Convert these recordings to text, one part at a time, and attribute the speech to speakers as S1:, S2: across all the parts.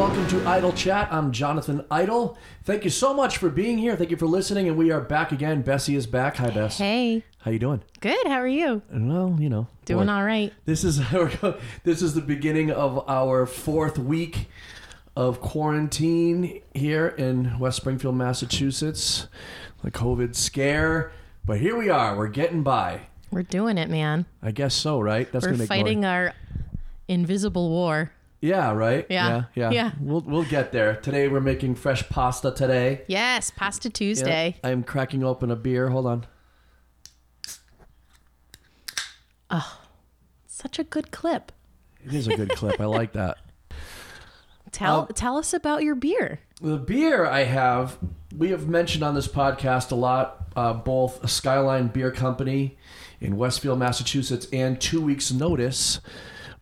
S1: Idle Chat. I'm Jonathan Idle. Thank you so much for being here. Thank you for listening, and we are back again. Bessie is back. Hi, Bess.
S2: Hey,
S1: How you doing?
S2: good. How are you?
S1: Well, you know,
S2: Doing
S1: boy.
S2: all right.
S1: This is we're go- this is the beginning of our fourth week of quarantine here in West Springfield, Massachusetts. The COVID scare, but here we are. We're getting by.
S2: We're doing it, man.
S1: I guess so, right? That's
S2: We're
S1: make noise.
S2: fighting our invisible war.
S1: Yeah, right.
S2: Yeah.
S1: yeah,
S2: Yeah.
S1: We'll we'll get there. Today we're making fresh pasta today.
S2: Yes, Pasta
S1: Yeah.
S2: Tuesday.
S1: I'm cracking open a beer. Hold on.
S2: Such a good clip.
S1: It is a good clip. I like that.
S2: Tell
S1: Um,
S2: tell us about your beer.
S1: The beer I have, we have mentioned on this podcast a lot, uh, both Skyline Beer Company in Westfield, Massachusetts, and Two Weeks Notice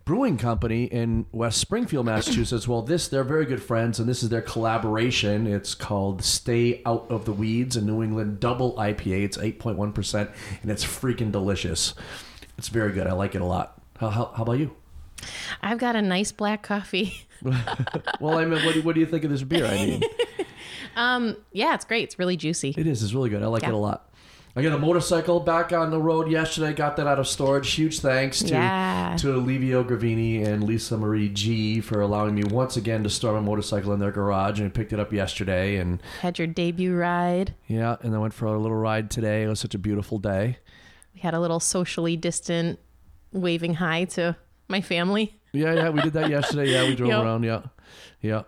S1: Brewing Company in West Springfield, Massachusetts. well, this, they're very good friends, and this is their collaboration. It's called Stay Out of the Weeds, a New England double IPA. It's 8.1%, and it's freaking delicious. It's very good. I like it a lot. How, how, how about you?
S2: I've got a nice black coffee.
S1: Well, I mean, what do, what do you think of this beer? I mean,
S2: Um, yeah, it's great. It's really juicy.
S1: It is. It's really good. I like
S2: Yeah.
S1: it a lot. I got a motorcycle back on the road yesterday. Got that out of storage. Huge thanks to
S2: Yeah.
S1: to Livio Gravini and Lisa Marie G for allowing me once again to store my motorcycle in their garage. And I picked it up yesterday. And
S2: Had your debut ride.
S1: yeah, and I went for a little ride today. It was such a beautiful day.
S2: We had a little socially distant waving hi to my family.
S1: Yeah, yeah, we did that yesterday. Yeah, we drove
S2: Yep.
S1: around. Yeah, yeah.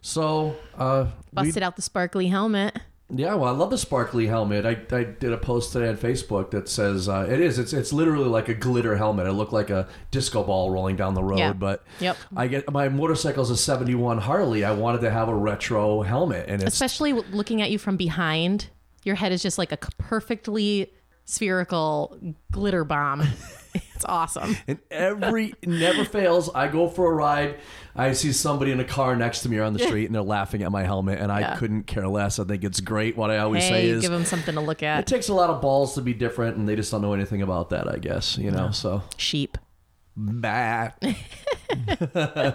S1: So uh, we
S2: Busted out the sparkly helmet.
S1: Yeah, well, I love the sparkly helmet. I, I did a post today on Facebook that says uh, it is. It's it's literally like a glitter helmet. It looked like a disco ball rolling down the road.
S2: Yeah.
S1: But
S2: Yep.
S1: I get my motorcycle's a '71 Harley. I wanted to have a retro helmet, and it's
S2: especially w- looking at you from behind your head is just like a c- perfectly spherical glitter bomb it's awesome
S1: and every never fails. I go for a ride. I see somebody in a car next to me or on the street, and they're laughing at my helmet, and I
S2: Yeah.
S1: couldn't care less. I think it's great. What I always say
S2: hey
S1: is.
S2: give them something to look
S1: it
S2: at
S1: takes a lot of balls to be different, and they just don't know anything about that, I guess. You know, so
S2: sheep
S1: Bah.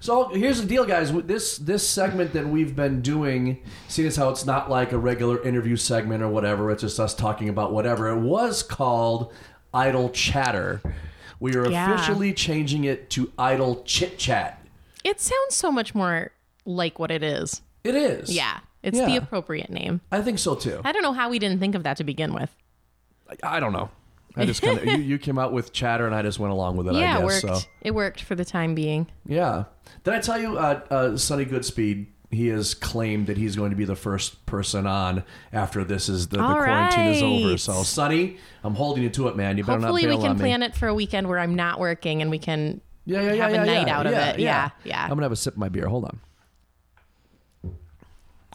S1: so here's the deal, guys. With This this segment that we've been doing, seeing as how it's not like a regular interview segment or whatever, it's just us talking about whatever. It was called Idle Chatter. We are
S2: Yeah.
S1: officially changing it to Idle Chit Chat.
S2: it sounds so much more like what it is
S1: It is.
S2: yeah it's the
S1: Yeah.
S2: appropriate name
S1: I think so too.
S2: i don't know how we didn't think of that to begin with
S1: I, I don't know. I just kind of you, you came out with chatter and I just went along with it.
S2: yeah
S1: I
S2: it
S1: guess,
S2: worked
S1: So.
S2: it worked for the time being
S1: Yeah. Did I tell you, uh, uh, Sonny Goodspeed? He has claimed that he's going to be the first person on after this is the, the
S2: All
S1: quarantine is over.
S2: right.
S1: So, Sonny, I'm holding you to it, man. You better
S2: hopefully
S1: not
S2: we
S1: bail
S2: can
S1: on
S2: plan
S1: me.
S2: it for a weekend where i'm not working and we can
S1: Yeah, yeah, yeah,
S2: have a
S1: yeah,
S2: night
S1: yeah,
S2: out of
S1: yeah,
S2: it. Yeah, yeah.
S1: I'm gonna have a sip of my beer. Hold on.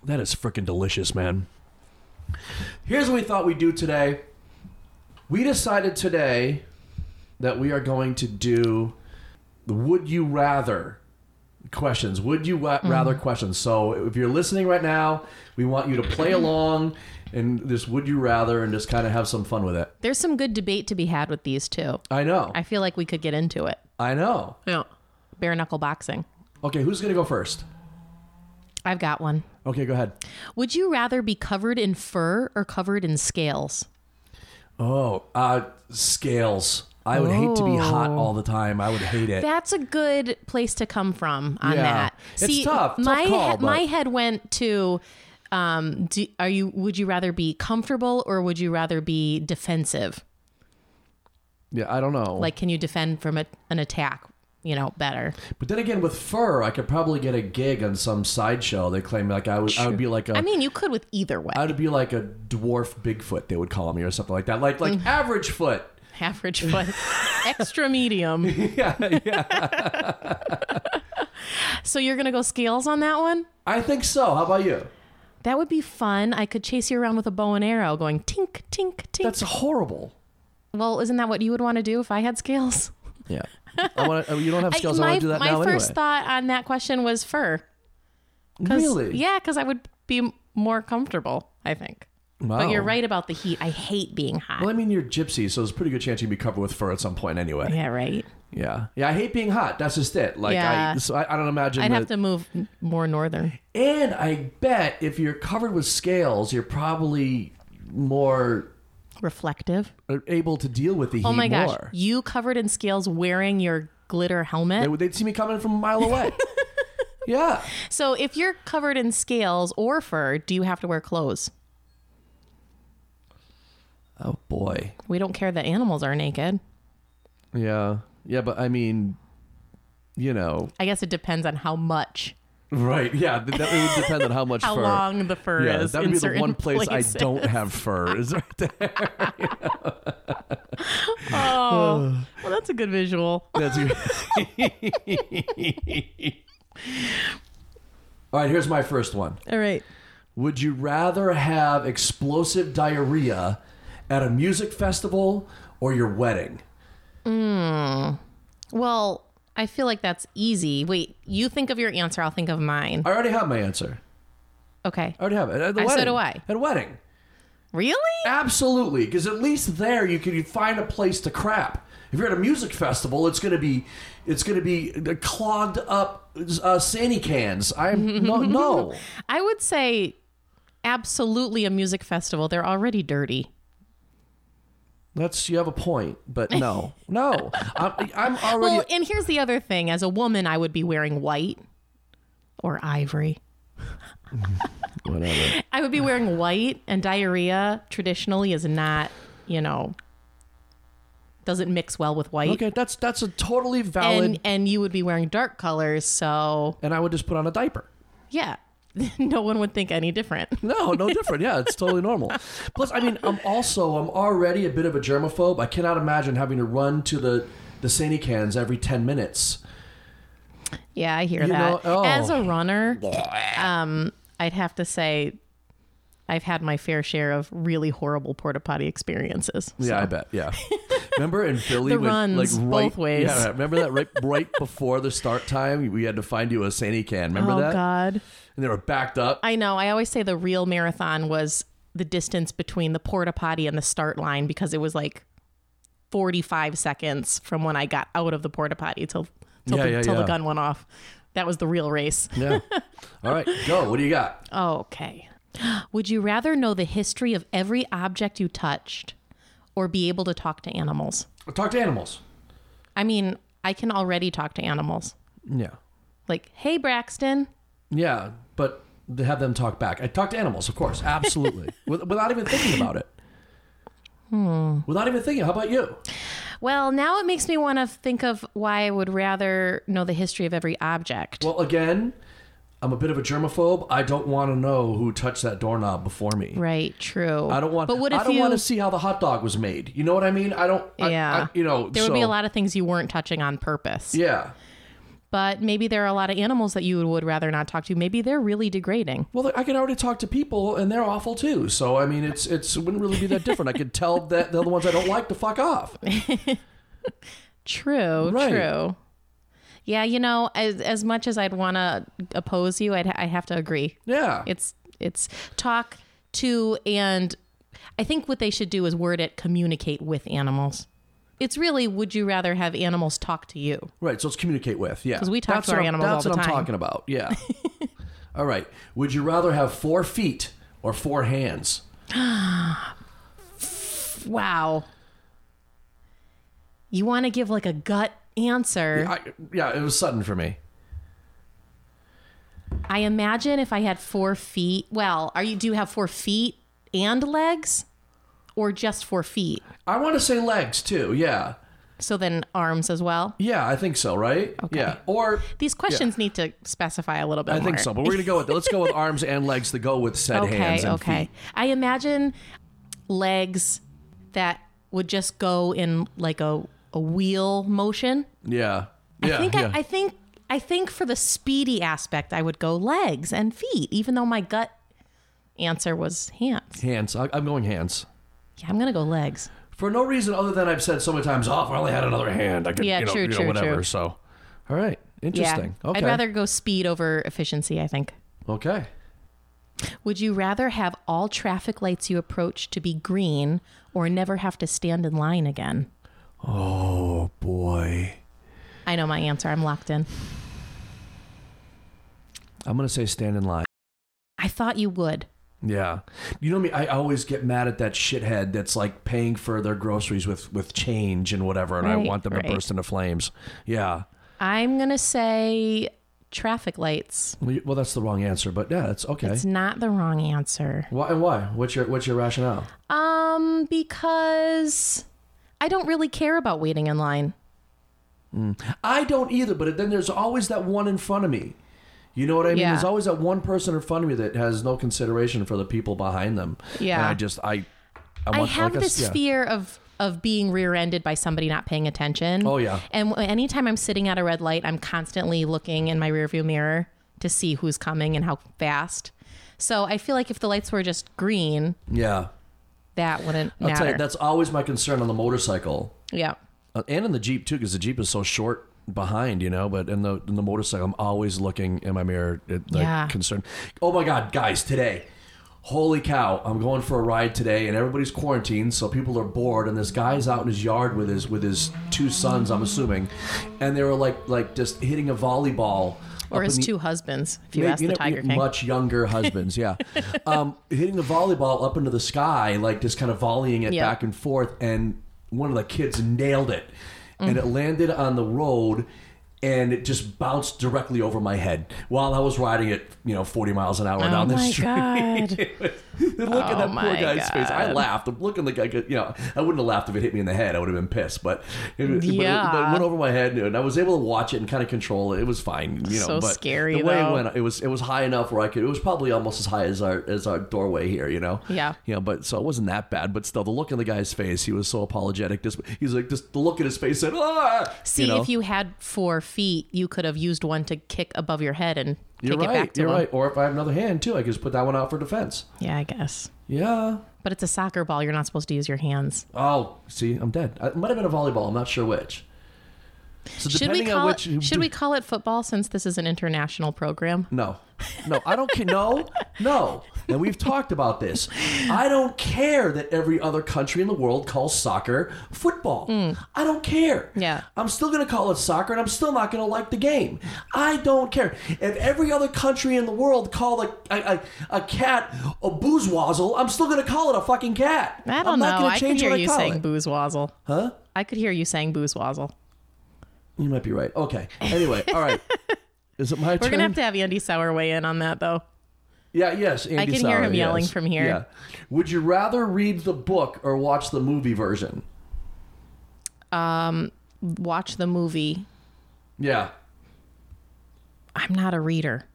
S1: That is freaking delicious, man. Here's what we thought we'd do today. We decided today that we are going to do the would you rather questions. Would you wa-
S2: Mm-hmm.
S1: rather questions? So if you're listening right now, we want you to play along and this would you rather and just kind of have some fun with it.
S2: there's some good debate to be had with these two
S1: I know.
S2: i feel like we could get into it
S1: I know.
S2: yeah bare knuckle boxing
S1: Okay, who's going to go first?
S2: i've got one
S1: Okay, go ahead.
S2: Would you rather be covered in fur or covered in scales?
S1: Oh, uh, scales. I would hate to be hot
S2: Oh.
S1: all the time. I would hate it.
S2: That's a good place to come from on
S1: Yeah.
S2: that.
S1: It's tough. Tough
S2: my
S1: call,
S2: he-
S1: but-
S2: my head went to um do, are you would you rather be comfortable or would you rather be defensive?
S1: yeah, I don't know.
S2: Like can you defend from a, an attack, you know, better?
S1: but then again, with fur, I could probably get a gig on some sideshow. They claim like I would. I would be like a.
S2: I mean, you could with either way.
S1: I would be like a dwarf Bigfoot. They would call me or something like that. Like
S2: Mm.
S1: like average foot.
S2: Average foot, extra medium.
S1: Yeah, yeah.
S2: So you're going to go scales on that one?
S1: I think so. How about you?
S2: That would be fun. I could chase you around with a bow and arrow going tink tink tink.
S1: That's horrible.
S2: Well, isn't that what you would want to do if I had scales?
S1: Yeah. I want. You don't have scales. I,
S2: my
S1: want to do that
S2: my
S1: now
S2: first
S1: anyway.
S2: thought on that question was fur. 'Cause-
S1: really?
S2: Yeah, because I would be m- more comfortable, I think.
S1: Wow.
S2: But you're right about the heat. I hate being hot.
S1: Well, I mean, you're gypsy, so there's a pretty good chance you'd be covered with fur at some point anyway.
S2: Yeah, right.
S1: Yeah, yeah. I hate being hot. That's just it. Like,
S2: Yeah.
S1: I, so I, I don't imagine.
S2: I'd
S1: that,
S2: have to move m- more northern.
S1: And I bet if you're covered with scales, you're probably more uh,
S2: Reflective.
S1: able to deal with the heat
S2: Oh my gosh.
S1: more.
S2: You covered in scales wearing your glitter
S1: They
S2: helmet.
S1: would- They'd see me coming from a mile away. yeah.
S2: So if you're covered in scales or fur, do you have to wear clothes?
S1: Oh boy.
S2: We don't care that animals are naked.
S1: Yeah. Yeah, but I mean, you know,
S2: I guess it depends on how much,
S1: right? Yeah, th- that it would depend on how much
S2: how
S1: fur.
S2: long the fur
S1: yeah,
S2: is.
S1: that
S2: in
S1: would be the
S2: certain
S1: one place
S2: places.
S1: I don't have fur. Is right there.
S2: Oh, well, that's a good visual.
S1: That's your... All right, here's my first one.
S2: All right.
S1: Would you rather have explosive diarrhea at a music festival or your wedding?
S2: Well, I feel like that's easy. Wait, you think of your answer, I'll think of mine.
S1: I already have my answer.
S2: Okay.
S1: I already have it. At the
S2: Uh, so
S1: wedding.
S2: do I.
S1: At a wedding.
S2: Really?
S1: Absolutely, because at least there you can find a place to crap. If you're at a music festival, it's gonna be, it's gonna be uh, clogged up uh, sandy cans. I'm no, no.
S2: I would say absolutely a music festival. They're already dirty.
S1: That's you have a point, but no, no. I'm, I'm already.
S2: Well, and here's the other thing. As a woman, I would be wearing white or ivory.
S1: Whatever.
S2: I would be wearing white, and diarrhea traditionally is not, you know, doesn't mix well with white.
S1: Okay, that's that's a totally valid.
S2: And
S1: And,
S2: and you would be wearing dark colors, so
S1: I would just put on a diaper.
S2: yeah, no one would think any different.
S1: No, no different. Yeah, it's totally normal. Plus, I mean, I'm also I'm already a bit of a germaphobe. I cannot imagine having to run to the the sandy cans every ten minutes.
S2: Yeah, I hear
S1: You
S2: that.
S1: know- oh.
S2: As a runner, um, I'd have to say I've had my fair share of really horrible porta potty experiences.
S1: Yeah, I bet. Yeah. Remember in Philly,
S2: The
S1: when,
S2: runs
S1: like right,
S2: both ways.
S1: Yeah, remember that right right before the start time, we had to find you a sandy can. Remember
S2: oh
S1: that?
S2: God,
S1: And they were backed up.
S2: I know. I always say the real marathon was the distance between the porta potty and the start line because it was like forty-five seconds from when I got out of the porta potty till till,
S1: Yeah,
S2: the,
S1: yeah,
S2: till the
S1: yeah.
S2: gun went off. That was the real race.
S1: yeah. All right, go. What do you got?
S2: Oh, Okay. Would you rather know the history of every object you touched or be able to talk to animals?
S1: Talk to animals.
S2: I mean, I can already talk to animals.
S1: Yeah.
S2: Like, hey, Braxton.
S1: Yeah, but to have them talk back. I talk to animals, of course, absolutely, With, without even thinking about it.
S2: Hmm.
S1: Without even thinking. How about you?
S2: Well, now it makes me want to think of why I would rather know the history of every object.
S1: Well, again, I'm a bit of a germaphobe. I don't want to know who touched that doorknob before me.
S2: right, true.
S1: I don't want.
S2: But what if
S1: I don't
S2: you?
S1: want to see how the hot dog was made. You know what I mean? I don't. I-
S2: Yeah.
S1: I- you know.
S2: there
S1: so,
S2: would be a lot of things you weren't touching on purpose.
S1: Yeah.
S2: But maybe there are a lot of animals that you would rather not talk to. Maybe they're really degrading.
S1: Well, I can already talk to people, and they're awful too. So I mean, it's it's it wouldn't really be that different. I could tell that they're the ones I don't like to fuck off.
S2: True,
S1: Right.
S2: true. Yeah, you know, as as much as I'd want to oppose you, I'd, I have to agree.
S1: Yeah.
S2: It's it's talk to and I think what they should do is word it communicate with animals. It's really would you rather have animals talk to you?
S1: Right, so it's communicate with, yeah.
S2: 'Cause we talk
S1: That's
S2: to our
S1: what I'm-
S2: animals all
S1: That's
S2: the
S1: what
S2: time.
S1: I'm talking about, yeah. all right, would you rather have four feet or four hands?
S2: Wow. You want to give like a gut answer.
S1: I, yeah, it was sudden for me.
S2: I imagine if I had 4 feet. Well, are you do you have 4 feet and legs or just 4 feet?
S1: I want to say legs too, yeah.
S2: So then arms as well?
S1: Yeah, I think so, right? Yeah, or
S2: These questions need to specify a little bit
S1: I
S2: more.
S1: think so, but we're going to go with Let's go with arms and legs to go with said
S2: Okay,
S1: hands and
S2: okay.
S1: feet.
S2: I imagine legs that would just go in like a, a wheel motion.
S1: Yeah, yeah,
S2: I think
S1: yeah.
S2: I, I think I think for the speedy aspect I would go legs and feet, even though my gut answer was hands.
S1: hands, I, I'm going hands.
S2: Yeah, I'm gonna go legs.
S1: For no reason other than I've said so many times, oh, if I only had another hand, I could,
S2: Yeah,
S1: you know,
S2: true,
S1: you know,
S2: true,
S1: whatever,
S2: true.
S1: so. All right, interesting.
S2: Yeah.
S1: Okay.
S2: I'd rather go speed over efficiency, I think.
S1: Okay.
S2: Would you rather have all traffic lights you approach to be green or never have to stand in line again?
S1: Oh boy.
S2: I know my answer. I'm locked in.
S1: I'm gonna say stand in line.
S2: I thought you would.
S1: Yeah, you know me. I always get mad at that shithead that's like paying for their groceries with with change and whatever, and I
S2: Right,
S1: want them
S2: right.
S1: to burst into flames. Yeah.
S2: I'm going to say traffic lights.
S1: Well, you- well, that's the wrong answer, but yeah, that's okay.
S2: It's not the wrong answer.
S1: Why and why? What's your what's your rationale?
S2: Um, because I don't really care about waiting in line.
S1: I don't either, but then there's always that one in front of me. You know what I mean?
S2: Yeah.
S1: There's always that one person in front of me that has no consideration for the people behind them.
S2: Yeah.
S1: And I just I I,
S2: I
S1: want,
S2: have
S1: like a-
S2: this
S1: yeah.
S2: fear of of being rear-ended by somebody not paying attention.
S1: Oh, yeah.
S2: And w- anytime I'm sitting at a red light, I'm constantly looking in my rearview mirror to see who's coming and how fast. So I feel like if the lights were just green,
S1: Yeah.
S2: that wouldn't
S1: I'll tell
S2: matter.
S1: you, that's always my concern on the motorcycle
S2: yeah.
S1: uh, and in the Jeep too, because the Jeep is so short behind, you know. But in the in the motorcycle, I'm always looking in my mirror, at, like
S2: Yeah.
S1: concerned. Oh my God, guys, today. Holy cow! I'm going for a ride today, and everybody's quarantined, so people are bored. And this guy's out in his yard with his with his two sons, I'm assuming, and they were like like just hitting a volleyball.
S2: Or
S1: up
S2: his
S1: in the-
S2: two husbands, if you
S1: Maybe-
S2: ask the
S1: know,
S2: Tiger King.
S1: Much younger husbands, yeah. um, hitting the volleyball up into the sky, like just kind of volleying it
S2: Yeah.
S1: back and forth, and one of the kids nailed it. And
S2: Mm-hmm.
S1: it landed on the road and it just bounced directly over my head while I was riding it, you know, 40 miles an hour
S2: oh
S1: down the
S2: my
S1: street.
S2: god.
S1: And look at
S2: Oh
S1: that poor
S2: my
S1: guy's face. I
S2: God.
S1: laughed. I'm looking like I could, you know, I wouldn't have laughed if it hit me in the head. I would have been pissed. But it, but it-
S2: Yeah.
S1: but it went over my head, and I was able to watch it and kind of control it. It was fine, you know.
S2: So
S1: but
S2: scary,
S1: The way it
S2: though.
S1: went, it was it was high enough where I could. It was probably almost as high as our as our doorway here, you know.
S2: Yeah.
S1: You know, but so it wasn't that bad. But still, the look in the guy's face, he was so apologetic. Just he was like, just the look in his face said, ah.
S2: See,
S1: know?
S2: if you had four feet, you could have used one to kick above your head and
S1: You're
S2: take
S1: right.
S2: it back to
S1: you're
S2: him.
S1: right. Or if I have another hand too, I could just put that one out for defense.
S2: Yeah, I guess.
S1: Yeah.
S2: But it's a soccer ball. You're not supposed to use your hands.
S1: Oh, see, I'm dead. It might have been a volleyball. I'm not sure which. So
S2: Should we
S1: depending
S2: call
S1: on which,
S2: it, Should we call it football since this is an international program?
S1: No, no, I don't care. No, no, and we've talked about this. I don't care that every other country in the world calls soccer football. I don't care.
S2: Hmm. Yeah.
S1: I'm still going to call it soccer, and I'm still not going to like the game. I don't care. If every other country in the world called a a, a, a cat a boozwazzle, I'm still going to call it a fucking cat.
S2: I
S1: am
S2: don't
S1: not
S2: know.
S1: going
S2: I
S1: to
S2: could
S1: change
S2: hear
S1: what I
S2: you
S1: call
S2: saying
S1: it.
S2: boozwazzle.
S1: Huh?
S2: I could hear you saying boozwazzle.
S1: You might be right. Okay. Anyway, all right. Is it my
S2: We're
S1: turn?
S2: gonna have to have Andy Sauer weigh in on that though.
S1: yeah. Yes. Andy
S2: can hear
S1: Sauer,
S2: him yelling
S1: yes.
S2: from here.
S1: Yeah. Would you rather read the book or watch the movie version?
S2: Watch the movie.
S1: Yeah.
S2: I'm not a reader.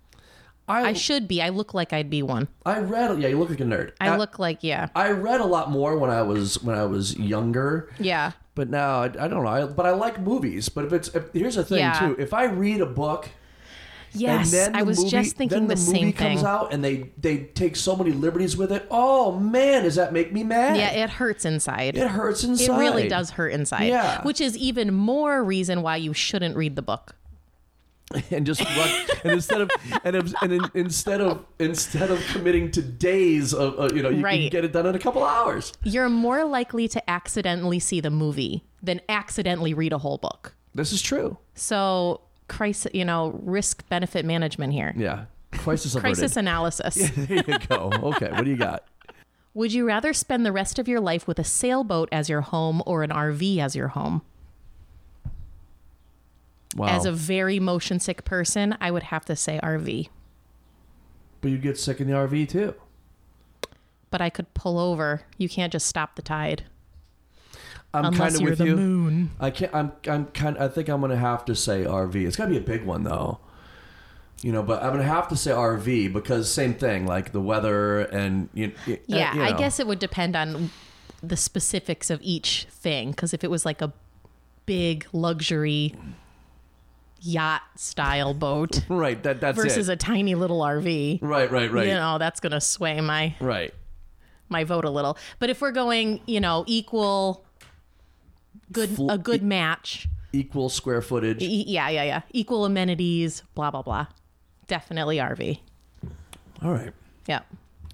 S2: I
S1: I
S2: should be. I look like I'd be one.
S1: I read. Yeah, you look like a nerd.
S2: I look like yeah,
S1: I read a lot more when I was when I was younger.
S2: yeah.
S1: But now I, I don't know. I, but I like movies. But if it's if, here's the thing
S2: Yeah.
S1: too. If I read a book and
S2: Yes,
S1: then the
S2: I was
S1: movie,
S2: just thinking
S1: then the,
S2: the, same
S1: movie
S2: thing.
S1: comes out and they they take so many liberties with it. Oh man, does that make me mad?
S2: Yeah, it hurts inside.
S1: it hurts
S2: It
S1: inside.
S2: really does hurt inside.
S1: Yeah.
S2: Which is even more reason why you shouldn't read the book.
S1: and just run, and instead of and, if- and in, instead of instead of committing to days of uh, you know you can
S2: Right.
S1: get it done in a couple hours.
S2: You're more likely to accidentally see the movie than accidentally read a whole book.
S1: This is true.
S2: So, crisis, you know, risk benefit management here.
S1: Yeah, crisis averted.
S2: Crisis analysis.
S1: there you go. Okay, what do you got?
S2: Would you rather spend the rest of your life with a sailboat as your home or an RV as your home?
S1: Wow.
S2: As a very motion sick person, I would have to say RV,
S1: but you get sick in the RV too.
S2: but I could pull over. You can't just stop the tide.
S1: I'm
S2: Unless
S1: kind of
S2: you're
S1: with
S2: the
S1: you.
S2: moon.
S1: I can't. I'm. I'm kind. I think I'm gonna have to say RV. It's gotta be a big one though. You know, but I'm gonna have to say RV because same thing, like the weather and you. you-
S2: Yeah,
S1: you
S2: I
S1: know.
S2: guess it would depend on the specifics of each thing. Because if it was like a big luxury yacht style boat
S1: Right. That that's
S2: versus
S1: it.
S2: a tiny little RV,
S1: right. Right. Right.
S2: you know, that's gonna sway my
S1: Right.
S2: my vote a little. But if we're going, you know, equal, good
S1: Fl- e-,
S2: a good match,
S1: Equal square footage.
S2: e- yeah, yeah, yeah, equal amenities, blah blah blah, definitely RV.
S1: All right.
S2: Yeah.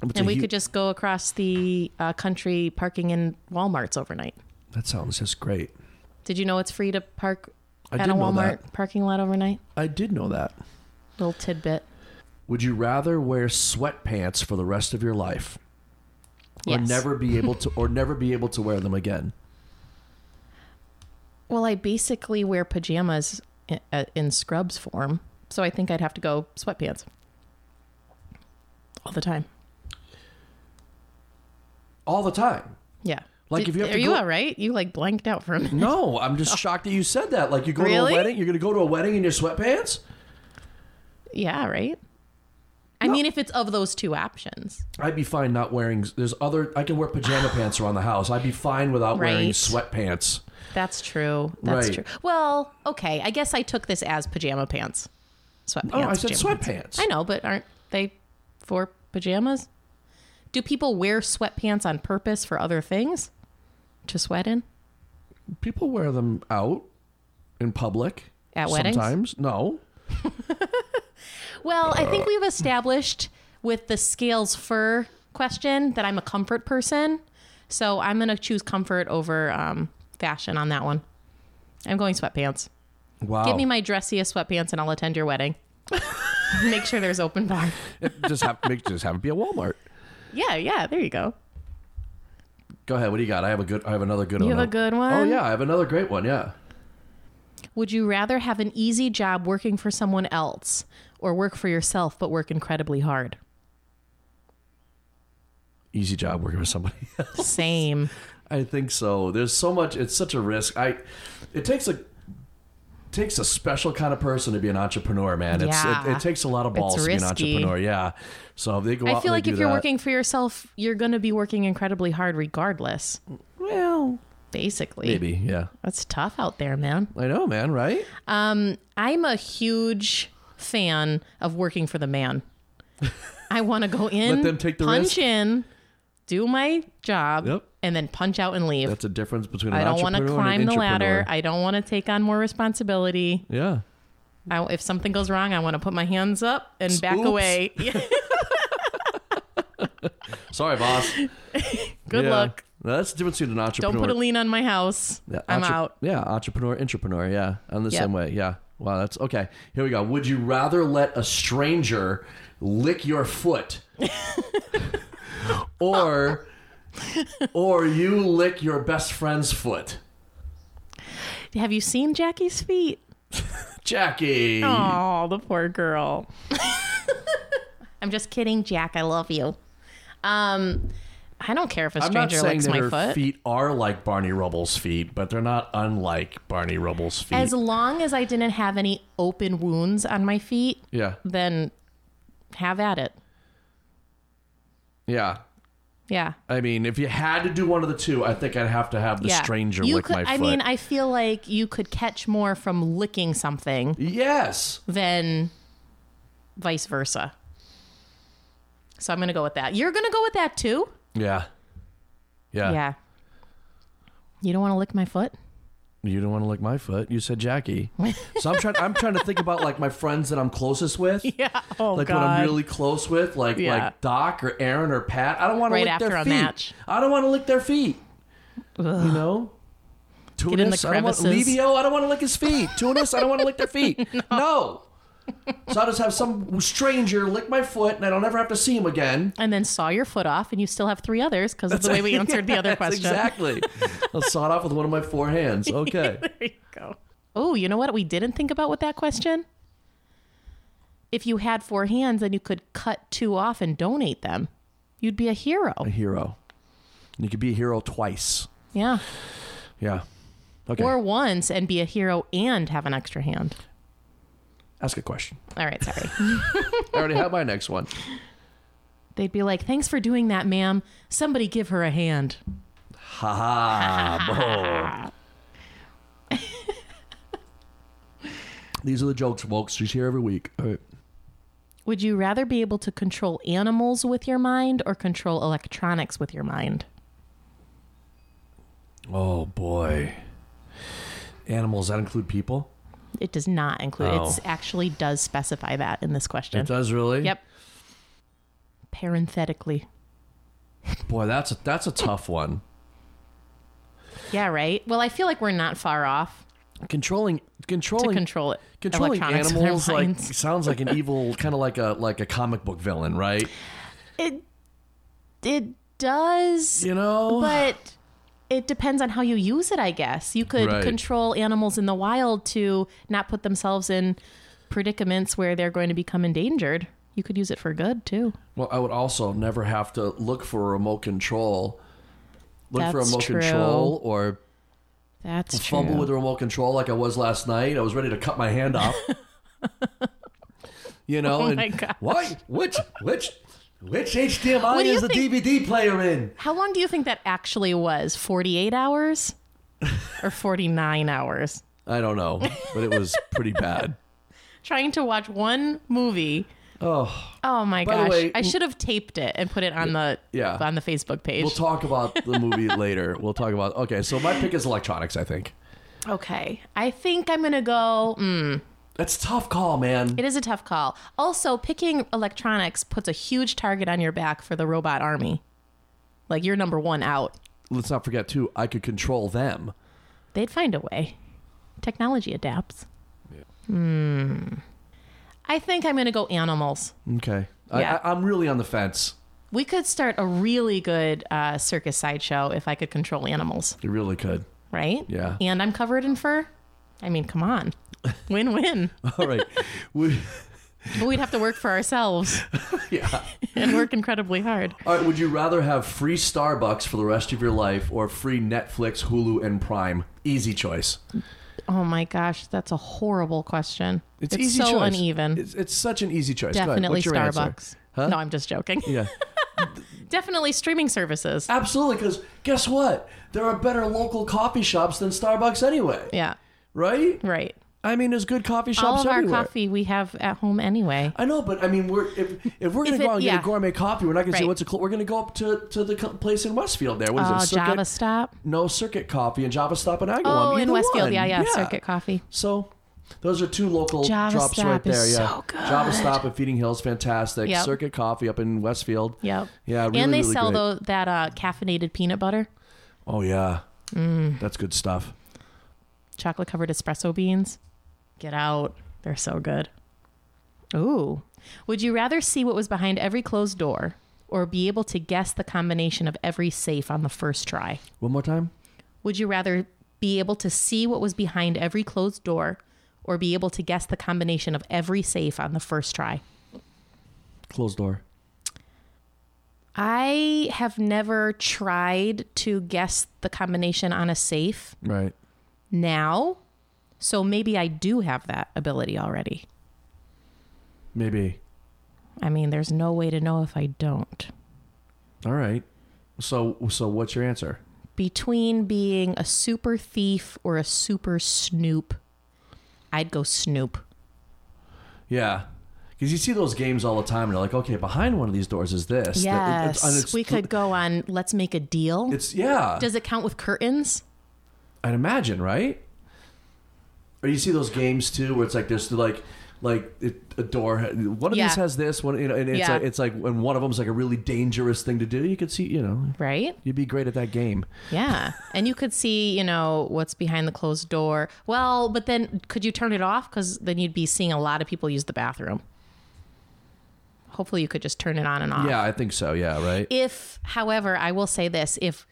S1: But the
S2: And we
S1: hu-
S2: could just go across the uh, country parking in Walmarts overnight.
S1: That sounds just great.
S2: Did you know it's free to park
S1: I
S2: at
S1: did
S2: a
S1: know
S2: Walmart
S1: that.
S2: parking lot overnight.
S1: I did know that.
S2: Little tidbit.
S1: Would you rather wear sweatpants for the rest of your life, or
S2: Yes.
S1: never be able to, or never be able to wear them again?
S2: Well, I basically wear pajamas in, uh, in scrubs form, so I think I'd have to go sweatpants all the time.
S1: All the time.
S2: Yeah.
S1: Like,
S2: Did-
S1: if you have
S2: are
S1: to
S2: you
S1: go-
S2: all right? You like blanked out for a minute.
S1: No, I'm just shocked that you said that. Like you go
S2: Really?
S1: to a wedding, you're gonna go to a wedding in your sweatpants.
S2: Yeah, right. I mean, if it's of those two options,
S1: I'd be fine not wearing. There's other. I can wear pajama pants around the house. I'd be fine without wearing
S2: Right.
S1: sweatpants.
S2: that's true. That's
S1: Right.
S2: true. Well, okay. I guess I took this as pajama pants, sweatpants.
S1: Oh, I said
S2: pajama pants.
S1: sweatpants.
S2: I know, but aren't they for pajamas? Do people wear sweatpants on purpose for other things to sweat in?
S1: People wear them out in public
S2: At weddings?
S1: Sometimes no.
S2: Well, I
S1: Uh.
S2: think we've established with the scales fur question that I'm a comfort person. So I'm going to choose comfort over um, fashion on that one. I'm going sweatpants.
S1: Wow.
S2: Give me my dressiest sweatpants and I'll attend your wedding. Make sure there's open bar.
S1: just have make, just have it be a Walmart.
S2: Yeah, yeah, there you go.
S1: Go ahead. What do you got? I have a good. I have another good
S2: You
S1: one.
S2: have a good one?
S1: Oh yeah, I have another great one. Yeah.
S2: Would you rather have an easy job working for someone else or work for yourself but work incredibly hard?
S1: Easy job working with somebody.
S2: Same.
S1: I think so. There's so much. It's such a risk. I. It takes a. Takes a special kind of person to be an entrepreneur, man. It's it,
S2: Yeah.
S1: it takes a lot of balls to be an
S2: risky.
S1: entrepreneur. Yeah. So if they go out,
S2: I
S1: and
S2: feel
S1: they
S2: like
S1: do
S2: if you're
S1: that-
S2: working for yourself, you're going to be working incredibly hard regardless.
S1: well,
S2: basically.
S1: maybe, yeah.
S2: That's tough out there, man.
S1: I know, man. Right?
S2: Um, I'm a huge fan of working for the man. I want to go in,
S1: them take the
S2: punch
S1: risk.
S2: in, do my job,
S1: Yep.
S2: and then punch out and leave.
S1: That's a difference between. An
S2: I don't want to
S1: entrepreneur
S2: climb
S1: and
S2: the
S1: an
S2: ladder.
S1: intrapreneur.
S2: I don't want to take on more responsibility.
S1: Yeah.
S2: I, if something goes wrong, I want to put my hands up and back
S1: Oops.
S2: away. Yeah,
S1: Sorry, boss.
S2: Good
S1: Yeah.
S2: luck.
S1: That's the difference between an entrepreneur.
S2: Don't put a lien on my house.
S1: Yeah,
S2: I'm
S1: entre-
S2: out.
S1: Yeah, entrepreneur, intrapreneur. Yeah, I'm the
S2: Yep.
S1: same way. Yeah. Wow, that's okay. Here we go. Would you rather let a stranger lick your foot, or or you lick your best friend's foot,
S2: Have you seen Jackie's feet?
S1: Jackie?
S2: Oh, the poor girl. I'm just kidding, Jack. I love you. Um, I don't care if a
S1: I'm not
S2: stranger
S1: saying
S2: licks
S1: that
S2: my
S1: her
S2: foot.
S1: feet are like Barney Rubble's feet, but they're not unlike Barney Rubble's feet.
S2: As long as I didn't have any open wounds on my feet,
S1: yeah,
S2: then have at it.
S1: yeah.
S2: Yeah.
S1: I mean, if you had to do one of the two, I think I'd have to have the
S2: yeah.
S1: stranger
S2: you
S1: lick
S2: could,
S1: my foot.
S2: I mean, I feel like you could catch more from licking something
S1: yes.
S2: than vice versa. So I'm going to go with that. You're going to go with that too?
S1: Yeah. Yeah.
S2: yeah. You don't want to lick my foot?
S1: You don't want to lick my foot. You said Jackie. So I'm trying. I'm trying to think about like my friends that I'm closest with.
S2: Yeah. Oh
S1: Like when I'm really close with, like
S2: Yeah.
S1: like Doc or Aaron or Pat. I don't want to
S2: Right
S1: lick their
S2: after a
S1: feet.
S2: match.
S1: I don't want to lick their feet. You know. Tunis,
S2: in the
S1: I don't want,
S2: crevices.
S1: Levio, I don't want to lick his feet. Tunis, I don't want to lick their feet. no. So I just have some stranger lick my foot, and I don't ever have to see him again.
S2: and then saw your foot off, and you still have three others because of the way we answered the other
S1: That's
S2: question.
S1: Exactly. I'll saw it off with one of my four hands. Okay.
S2: There you go. Oh, you know what we didn't think about with that question? If you had four hands, then you could cut two off and donate them. You'd be a hero.
S1: a hero. And you could be a hero twice.
S2: Yeah.
S1: Yeah. Okay.
S2: Or once and be a hero and have an extra hand.
S1: Ask a question.
S2: All right, sorry.
S1: I already have my next one.
S2: They'd be like, thanks for doing that, ma'am. Somebody give her a hand.
S1: Ha ha. boom. These are the jokes, folks. She's here every week. All right.
S2: Would you rather be able to control animals with your mind or control electronics with your mind?
S1: Oh boy. Animals. That include people.
S2: It does not include.
S1: Oh.
S2: It's It actually does specify that in this question.
S1: It does really.
S2: Yep. Parenthetically.
S1: Boy, that's a that's a tough one.
S2: Yeah, right. Well, I feel like we're not far off.
S1: Controlling
S2: to
S1: controlling
S2: control it.
S1: controlling
S2: electronics with their
S1: animals like
S2: minds.
S1: sounds like an evil kind of like a like a comic book villain, right?
S2: it it does,
S1: You know.
S2: but it depends on how you use it. I guess you could
S1: Right.
S2: control animals in the wild to not put themselves in predicaments where they're going to become endangered. You could use it for good too.
S1: well, I would also never have to look for a remote control. Look for a
S2: That's
S1: remote
S2: true.
S1: control or
S2: That's true.
S1: fumble with the remote control like I was last night. I was ready to cut my hand off. you know,
S2: Oh
S1: and
S2: my gosh.
S1: why? Which which which HDMI
S2: What do
S1: is the
S2: you think-
S1: DVD player in?
S2: How long do you think that actually was? 48 hours or 49 hours?
S1: I don't know, but it was pretty bad.
S2: Trying to watch one movie.
S1: Oh,
S2: Oh my
S1: By the
S2: gosh.
S1: way-
S2: I should have taped it and put it on the
S1: Yeah.
S2: on the Facebook page.
S1: we'll talk about the movie later. We'll talk about okay. So my pick is electronics. I think
S2: okay. I think I'm going to go mm,
S1: that's a tough call, man.
S2: it is a tough call. Also, picking electronics puts a huge target on your back for the robot army. Like you're number 1 out.
S1: Let's not forget too. I could control them.
S2: They'd find a way. Technology adapts. Hmm.
S1: Yeah.
S2: I think I'm going to go animals.
S1: Okay,
S2: Yeah.
S1: I, I, I'm really on the fence.
S2: We could start a really good uh, circus sideshow if I could control animals,
S1: You really could.
S2: right?
S1: Yeah.
S2: And I'm covered in fur. I mean, come on. Win win.
S1: All right, would,
S2: but we'd have to work for ourselves
S1: yeah.
S2: and work incredibly hard.
S1: All right. Would you rather have free Starbucks for the rest of your life or free Netflix, Hulu, and Prime? Easy choice.
S2: Oh my gosh, that's a horrible question.
S1: It's, easy
S2: so
S1: choice.
S2: uneven.
S1: It's, it's such an easy choice. Go ahead.
S2: Definitely
S1: What's your answer?
S2: Starbucks.
S1: Huh?
S2: No, I'm just joking.
S1: Yeah.
S2: Definitely streaming services.
S1: Absolutely, because guess what? There are better local coffee shops than Starbucks anyway,
S2: Yeah,
S1: right?
S2: right.
S1: I mean, there's good coffee shops
S2: All of our
S1: everywhere.
S2: coffee we have at home anyway.
S1: I know, but I mean, we're if, if we're gonna
S2: If
S1: go
S2: it-
S1: out and
S2: yeah.
S1: get a gourmet coffee, we're not gonna say
S2: Right.
S1: what's a cl- we're gonna go up to, to the co- place in Westfield there. What is
S2: Oh,
S1: it? Circuit?
S2: Java Stop.
S1: No circuit coffee and Java Stop and Agawam.
S2: Oh, in
S1: either
S2: Westfield.
S1: one.
S2: Yeah, yeah, Circuit Coffee.
S1: So those are two local
S2: Java
S1: drops
S2: Stop
S1: right there.
S2: is
S1: yeah,
S2: so good.
S1: Java Stop at Feeding Hills, fantastic.
S2: Yep.
S1: Circuit Coffee up in Westfield.
S2: Yep.
S1: Yeah, really,
S2: and they
S1: really
S2: sell
S1: great.
S2: tho- that uh, caffeinated peanut butter,
S1: Oh yeah,
S2: Mm.
S1: that's good stuff.
S2: chocolate covered espresso beans. Get out. They're so good. Ooh. Would you rather see what was behind every closed door or be able to guess the combination of every safe on the first try?
S1: One more time.
S2: Would you rather be able to see what was behind every closed door or be able to guess the combination of every safe on the first try?
S1: Closed door.
S2: I have never tried to guess the combination on a safe.
S1: Right.
S2: now. So maybe I do have that ability already.
S1: Maybe.
S2: I mean, there's no way to know if I don't.
S1: All right. So so what's your answer?
S2: Between being a super thief or a super snoop, I'd go snoop.
S1: Yeah. Because you see those games all the time, and they're like, okay, behind one of these doors is this. It- it- it's- and
S2: Yes.
S1: it's-
S2: We could go on let's make a deal.
S1: It's yeah.
S2: Does it count with curtains?
S1: I'd imagine, right? Or you see those games too, where it's like there's like like it, a door. One of
S2: Yeah.
S1: these has this one, you know, and it's
S2: Yeah.
S1: like, it's like and one of them's like a really dangerous thing to do. You could see, you know,
S2: Right?
S1: you'd be great at that game.
S2: Yeah. and you could see, you know, what's behind the closed door. Well, but then could you turn it off? Because then you'd be seeing a lot of people use the bathroom. Hopefully, you could just turn it on and off.
S1: Yeah, I think so. Yeah, right.
S2: If, however, I will say this if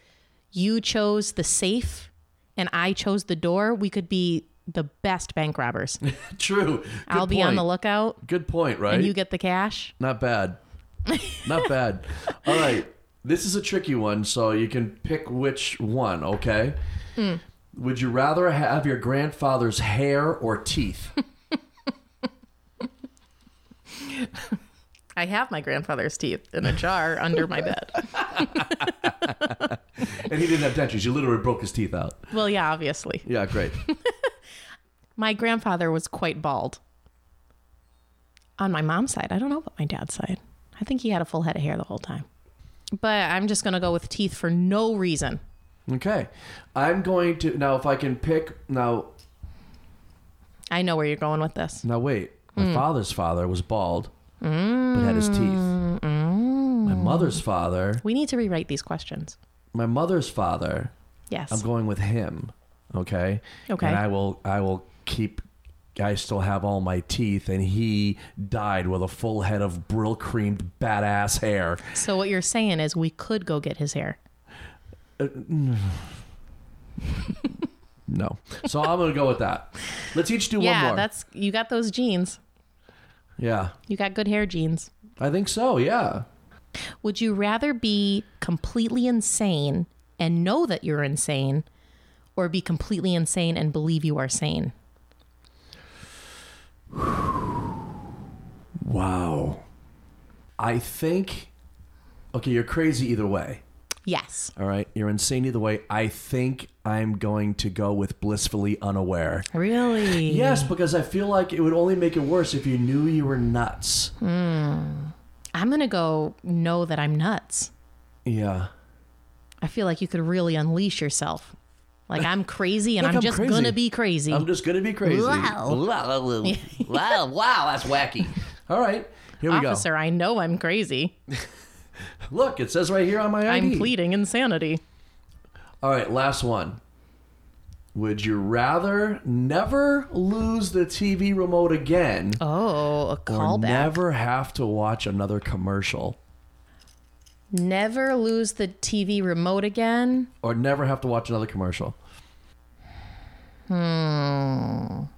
S2: you chose the safe and I chose the door, we could be the best bank robbers.
S1: True. Good
S2: I'll be on
S1: point.
S2: the lookout
S1: Good point. Right.
S2: and you get the cash.
S1: Not bad. Not bad. All right. This is a tricky one, so you can pick which one, okay?
S2: Hmm.
S1: Would you rather have your grandfather's hair or teeth?
S2: I have my grandfather's teeth in a jar under my bed.
S1: and he didn't have dentures. You literally broke his teeth out.
S2: Well, yeah, obviously.
S1: Yeah, great.
S2: My grandfather was quite bald. On my mom's side, I don't know about my dad's side. I think he had a full head of hair the whole time. But I'm just going to go with teeth for no reason.
S1: Okay. I'm going to now if I can pick now
S2: I know where you're going with this.
S1: now wait. My
S2: Hmm.
S1: father's father was bald but had his teeth. My mother's father
S2: We need to rewrite these questions.
S1: my mother's father,
S2: Yes.
S1: I'm going with him. Okay.
S2: Okay.
S1: And I will I will keep I still have all my teeth and he died with a full head of brill creamed badass hair.
S2: So what you're saying is we could go get his hair.
S1: No. So I'm gonna go with that. Let's each do one
S2: yeah,
S1: more.
S2: that's you got those jeans.
S1: yeah.
S2: You got good hair jeans.
S1: I think so, yeah.
S2: Would you rather be completely insane and know that you're insane or be completely insane and believe you are sane?
S1: Wow. I think okay, you're crazy either way.
S2: Yes.
S1: All right. You're insane either way. I think I'm going to go with blissfully unaware.
S2: Really?
S1: Yes, because I feel like it would only make it worse if you knew you were nuts.
S2: I'm going to go know that I'm nuts.
S1: Yeah.
S2: I feel like you could really unleash yourself. Like I'm crazy and
S1: Like
S2: I'm,
S1: I'm
S2: just
S1: crazy. Um,
S2: going to be crazy.
S1: I'm just gonna be crazy.
S2: Wow.
S1: Wow, wow, wow.
S3: wow, wow, that's wacky.
S1: All right. Here we
S2: Officer, I know I'm crazy.
S1: go. Look, it says right here on my ID.
S2: I'm pleading insanity.
S1: All right, last one. Would you rather never lose the TV remote again
S2: Oh, a
S1: or
S2: callback.
S1: never have to watch another commercial?
S2: Never lose the TV remote again.
S1: Or never have to watch another commercial?
S2: I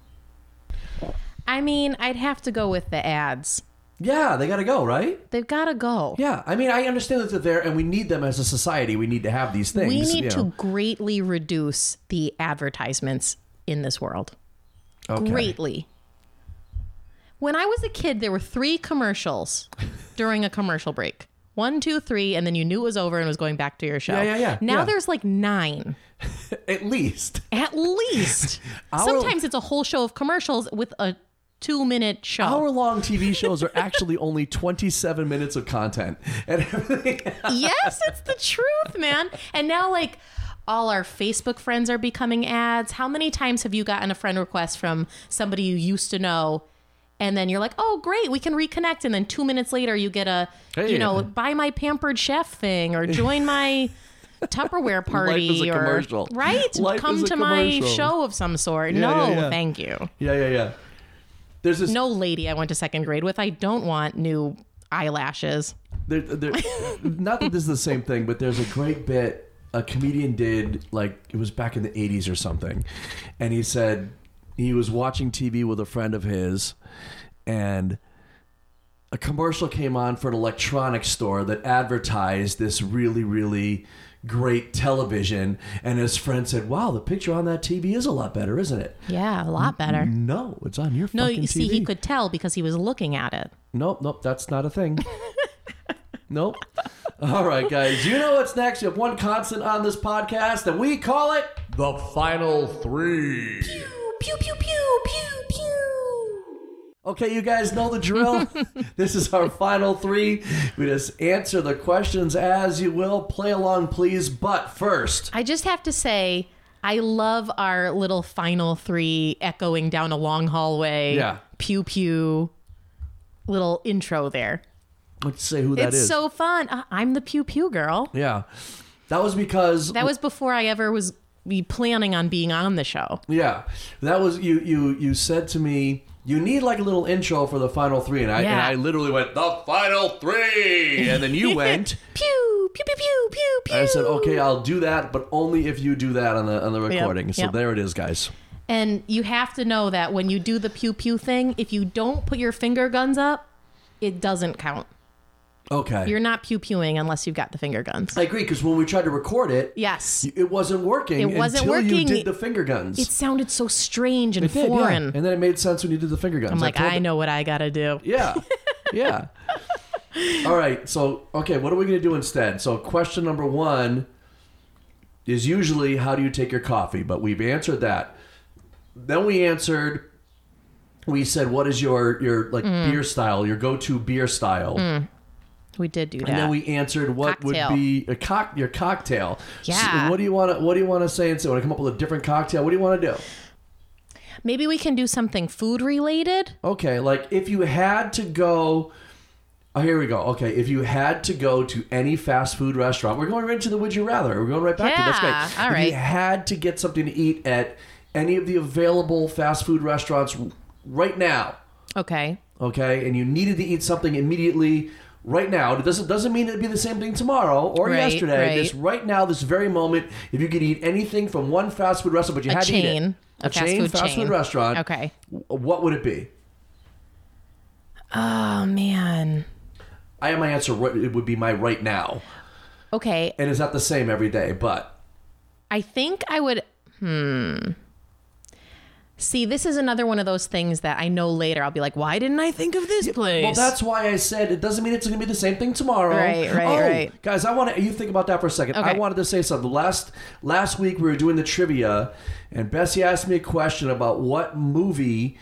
S2: mean, I'd have to go with the ads.
S1: Yeah, they gotta go, right?
S2: They've got to go.
S1: Yeah, I mean, I understand that they're there, and we need them as a society. We need to have these things.
S2: we need
S1: you
S2: to
S1: know.
S2: greatly reduce the advertisements in this world.
S1: Okay.
S2: Greatly. When I was a kid, there were three commercials during a commercial break. One, two, three, and then you knew it was over and was going back to your show.
S1: Yeah, yeah, yeah,
S2: Now
S1: yeah.
S2: there's like nine,
S1: At least.
S2: at least.
S1: Our-
S2: Sometimes it's a whole show of commercials with a two-minute show.
S1: Hour long TV shows are actually only 27 minutes of content. And everything.
S2: yes, it's the truth, man. And now, like, all our Facebook friends are becoming ads. How many times have you gotten a friend request from somebody you used to know? And then you're like, oh, great, we can reconnect. And then two minutes later, you get a,
S1: Hey.
S2: you know, buy my pampered chef thing or join my Tupperware party
S1: Life is a
S2: or,
S1: commercial.
S2: right?
S1: Life
S2: Come
S1: is a
S2: to my
S1: commercial.
S2: show of some sort.
S1: Yeah,
S2: no,
S1: yeah, yeah.
S2: thank you.
S1: Yeah, yeah, yeah. There's this.
S2: No lady I went to second grade with. I don't want new eyelashes.
S1: There, there, not that this is the same thing, but there's a great bit a comedian did, like, it was back in the 80s or something. And he said he was watching TV with a friend of his, and a commercial came on for an electronics store that advertised this really, really great television. And his friend said, Wow, the picture on that TV is a lot better, isn't it?
S2: Yeah, a lot better.
S1: No, it's on your
S2: No,
S1: fucking
S2: you see,
S1: TV.
S2: he could tell because he was looking at it.
S1: Nope, nope, that's not a thing. nope. All right, guys, you know what's next. You have one constant on this podcast, and we call it the final three.
S2: Pew pew pew pew pew.
S1: Okay, you guys know the drill. this is our final three. We just answer the questions as you will. Play along, please. But first,
S2: I just have to say, I love our little final three echoing down a long hallway.
S1: Yeah.
S2: Pew pew. Little intro there.
S1: let's say who that is.
S2: it's so fun. Uh, I'm the pew pew girl.
S1: yeah, that was because
S2: That was before I ever was be planning on being on the show.
S1: Yeah, that was you. You you said to me, you need like a little intro for the final three, and I and
S2: Yeah.
S1: I literally went the final three, and then you went.
S2: Pew pew pew pew pew pew.
S1: I said, okay, I'll do that, but only if you do that on the on the recording. So
S2: yep.
S1: there it is, guys.
S2: And you have to know that when you do the pew pew thing, if you don't put your finger guns up, it doesn't count.
S1: Okay,
S2: You're not pew pewing unless you've got the finger guns.
S1: I agree because when we tried to record it,
S2: Yes.
S1: it wasn't working.
S2: It wasn't
S1: until You
S2: working.
S1: did the finger guns.
S2: It sounded so strange and
S1: It did, yeah.
S2: foreign.
S1: and then it made sense when you did the finger guns.
S2: I'm like,
S1: told
S2: I
S1: the-
S2: know what I gotta do.
S1: Yeah, yeah. All right. So, okay, what are we going to do instead? So, question number one is usually how do you take your coffee, but we've answered that. Then we answered. We said, what is your your like
S2: Mm.
S1: beer style, your go to beer style?
S2: We did do that.
S1: And then we answered what would
S2: Mm. Cocktail.
S1: be a cock your cocktail. So
S2: Yeah.
S1: what do you want to What do you want to say? And say, want to come up with a different cocktail? What do you want to do?
S2: Maybe we can do something food related.
S1: Okay, like if you had to go Oh, here we go. Okay, if you had to go to any fast food restaurant, we're going right into the would you rather. We're going right back to it.
S2: Yeah,
S1: that's great.
S2: all
S1: If
S2: right.
S1: you had to get something to eat at any of the available fast food restaurants right now,
S2: Okay.
S1: okay, and you needed to eat something immediately right now, it doesn't doesn't mean it'd be the same thing tomorrow or
S2: Right,
S1: yesterday.
S2: right.
S1: This right now, this very moment, if you could eat anything from one fast food restaurant, but you
S2: A
S1: had to eat it,
S2: chain, a fast food
S1: fast
S2: chain.
S1: food restaurant,
S2: Okay.
S1: w- what would it be?
S2: Oh man.
S1: I have my answer. right- It would be my right now,
S2: Okay.
S1: and it's not the same every day, but.
S2: I think I would. Hmm. See, this is another one of those things that I know later I'll be like, why didn't I think of this place?
S1: Well, that's why I said it doesn't mean it's going to be the same thing tomorrow.
S2: Right, right,
S1: oh,
S2: right.
S1: Guys, I want to. You think about that for a second. I
S2: Okay.
S1: wanted to say something. Last last week we were doing the trivia, and Bessie asked me a question about what movie